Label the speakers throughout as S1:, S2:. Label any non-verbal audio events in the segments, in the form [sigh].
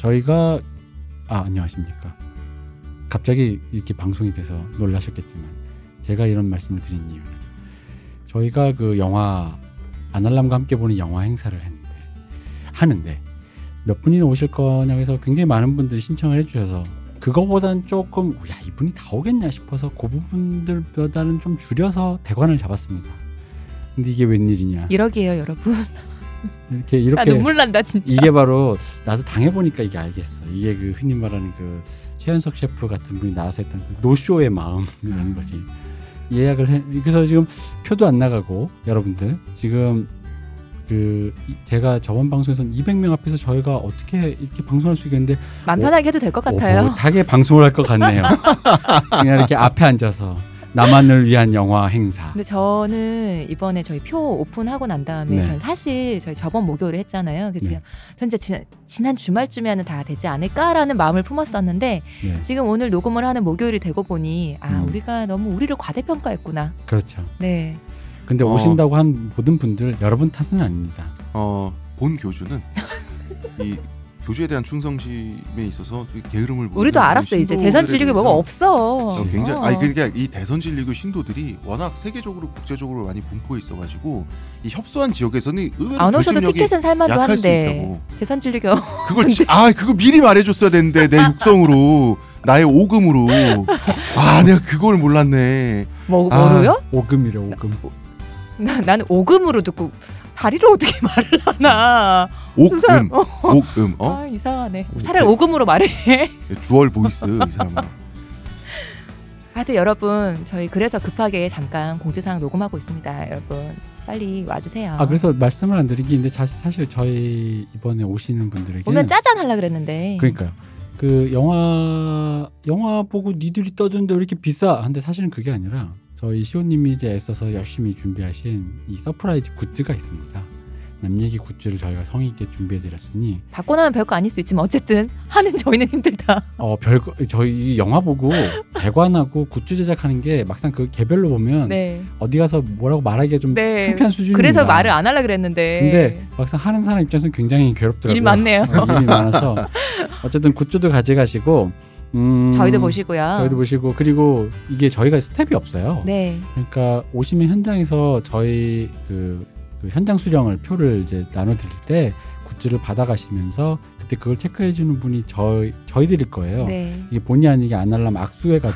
S1: 저희가 아 안녕하십니까. 갑자기 이렇게 방송이 돼서 놀라셨겠지만 제가 이런 말씀을 드린 이유는 저희가 그 영화 아날람과 함께 보는 영화 행사를 했는데 하는데 몇 분이나 오실 거냐고 해서 굉장히 많은 분들이 신청을 해주셔서 그거보단 조금 야 이분이 다 오겠냐 싶어서 그 부분들보다는 좀 줄여서 대관을 잡았습니다. 근데 이게 웬일이냐?
S2: 이러기에요, 여러분. [laughs]
S1: 이렇게
S2: 예. 아,
S1: 이렇게
S2: 눈물 난다 진짜.
S1: 이게 바로 나도 당해보니까 이게 알겠어. 이게 그 흔히 말하는 그 최현석 셰프 같은 분이 나와서 했던 그 노쇼의 마음이라는 거지. 예약을 해. 그래서 지금 표도 안 나가고 여러분들 지금 그 이- 제가 저번 방송에서는 200명 앞에서 저희가 어떻게 이렇게 방송할 수 있겠는데
S2: 맘
S3: 어?
S1: 오-
S2: 편하게 해도 될 것 같아요.
S1: 오붓하게 방송을 할 것
S2: [laughs]
S1: 같네요. 그냥 이렇게 앞에 앉아서 나만을 위한 영화 행사.
S2: 근데 저는 이번에 저희 표 오픈하고 난 다음에
S1: 네.
S2: 전 사실 저희 저번 목요일에 했잖아요. 그래서
S1: 네.
S2: 전 진짜 지난, 지난 주말쯤에는 다 되지 않을까라는 마음을 품었었는데
S1: 네,
S2: 지금 오늘 녹음을 하는 목요일이 되고 보니 아
S1: 음.
S2: 우리가 너무 우리를 과대평가했구나.
S1: 그렇죠.
S2: 네.
S1: 근데
S3: 어.
S1: 오신다고 한 모든 분들 여러분 탓은 아닙니다.
S3: 어, 본 교주는 이 교주에 대한 충성심에 있어서 게으름을 보이는
S2: 우리도
S3: 이
S2: 알았어 이제
S3: 음, 신도들에
S2: 대선 진리교 뭐가
S3: 대해서
S2: 없어.
S3: 어,
S1: 그치.
S3: 굉장히
S2: 어.
S3: 아니 그러니까 이 대선 진리교 신도들이 워낙 세계적으로 국제적으로 많이 분포해 있어가지고 이 협소한 지역에서는 의외로
S2: 안 오셔도
S3: 결집력이
S2: 티켓은 살만도
S3: 그 약할 수
S2: 하는데
S3: 있다고
S2: 대선 진리교
S3: 그걸 지- 아 그거 미리 말해줬어야 되는데 내 육성으로 나의 오금으로 아 내가 그걸 몰랐네
S2: [laughs] 뭐
S3: 아.
S2: 뭐로요? [laughs]
S1: 오금이래 오금.
S2: 나- 나는 오금으로 듣고 다리로 어떻게 [laughs] 말을 하나?
S3: 옥음
S2: 수상- 어.
S3: 옥음 어
S2: 아 이상하네.
S3: 오,
S2: 차라리
S3: 제-
S2: 오금으로 말해. [laughs]
S3: 주얼 보이스 이 사람아
S2: 하여튼 여러분 저희 그래서 급하게 잠깐 공지사항 녹음하고 있습니다. 여러분 빨리 와주세요.
S1: 아 그래서 말씀을 안 드린 게 있는데 자- 사실 저희 이번에 오시는 분들에게
S2: 보면 짜잔 하려 그랬는데.
S1: 그러니까요. 그 영화 영화 보고 니들이 떠드는데 왜 이렇게 비싸? 근데 사실은 그게 아니라 저희 시호님이 이제 애써서 열심히 준비하신 이 서프라이즈 굿즈가 있습니다. 남 얘기 굿즈를 저희가 성의 있게 준비해 드렸으니
S2: 받고 나면 별거 아닐 수 있지만 어쨌든 하는 저희는
S1: [laughs]
S2: 힘들다.
S1: 어 별거 저희 이 영화
S2: [laughs]
S1: 보고 대관하고 굿즈 제작하는 게 막상 그 개별로 보면
S2: 네.
S1: 어디 가서 뭐라고 말하기가 좀
S2: 네.
S1: 창피한 수준입니다.
S2: 그래서 말을 안 하려 그랬는데.
S1: 근데 막상 하는 사람 입장에서는 굉장히 괴롭더라고요.
S2: 일 많네요.
S1: 어, 일이 많아서 어쨌든 굿즈도 가져가시고 음,
S2: 저희도 보시고요.
S1: 저희도 보시고 그리고 이게 저희가 스텝이 없어요.
S2: 네.
S1: 그러니까 오시면 현장에서 저희 그, 그 현장 수령을 표를 이제 나눠 드릴 때 굿즈를 받아가시면서 그때 그걸 체크해 주는 분이 저희 저희들일 거예요.
S2: 네.
S1: 이게 본의 아니게 안 하려면 악수회가 돼.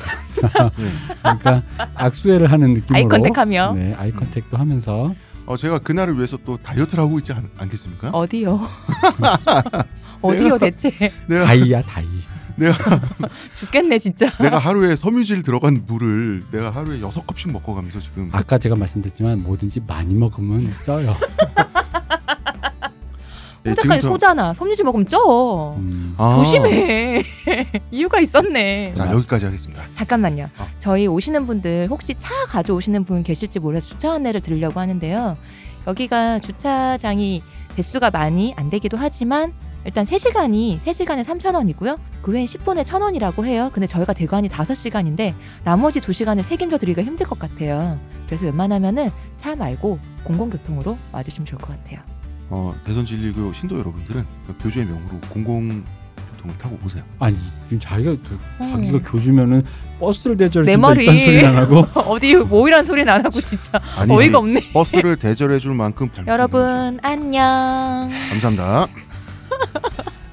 S3: 네.
S1: 그러니까 악수회를 하는 느낌으로
S2: 아이 컨택하며
S1: 네, 아이 컨택도 하면서
S3: 어 제가 그날을 위해서 또 다이어트를 하고 있지 않, 않겠습니까
S2: 어디요?
S1: [laughs]
S2: [laughs] 어디요 대체? [laughs]
S3: 내가
S2: 아,
S1: 다이야 다이.
S2: 죽겠네 진짜.
S3: [laughs] 내가 하루에 섬유질 들어간 물을 내가 하루에 여섯 컵씩 먹고 가면서 지금
S1: 아까 제가 말씀드렸지만 뭐든지 많이 먹으면 써요. 네,
S3: 예,
S2: 호텔까지
S3: 지금부터-
S2: 소잖아. 섬유질 먹으면 쪄.
S1: 음,
S3: 아.
S2: 조심해. [laughs] 이유가 있었네.
S3: 자 여기까지 하겠습니다.
S2: 잠깐만요.
S3: 아.
S2: 저희 오시는 분들 혹시 차 가져오시는 분 계실지 몰라서 주차 안내를 드리려고 하는데요. 여기가 주차장이 대수가 많이 안 되기도 하지만 일단 3시간이 3시간에 3,000원이고요. 그 외에 10분에 1,000원이라고 해요. 근데 저희가 대관이 5시간인데 나머지 2시간을 책임져 드리기가 힘들 것 같아요. 그래서 웬만하면은 차 말고 공공교통으로 와 주시면 좋을 것 같아요.
S3: 어, 대선 진리교 신도 여러분들은 그 교주의 명으로 공공교통을 타고 오세요.
S1: 아니 지금 자기가 저- 자기가
S2: 음. [laughs]
S1: 교주면은 버스를 대절해
S2: 내
S1: 준다
S2: 말이.
S1: 이딴 소리 안 하고
S2: 어디 뭐 모이란 소리는 안 하고 진짜
S3: 아니,
S2: 어이가 없네.
S3: 버스를 대절해 줄 만큼 잘
S2: 여러분 안녕.
S3: 감사합니다.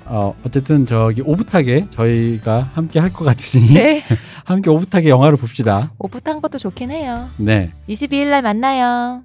S1: 어, 어쨌든 저기 오붓하게 저희가 함께 할 것 같으니
S2: 네.
S1: 함께 오붓하게 영화를 봅시다.
S2: 오붓한 것도 좋긴 해요.
S1: 네.
S2: 22일 날 만나요.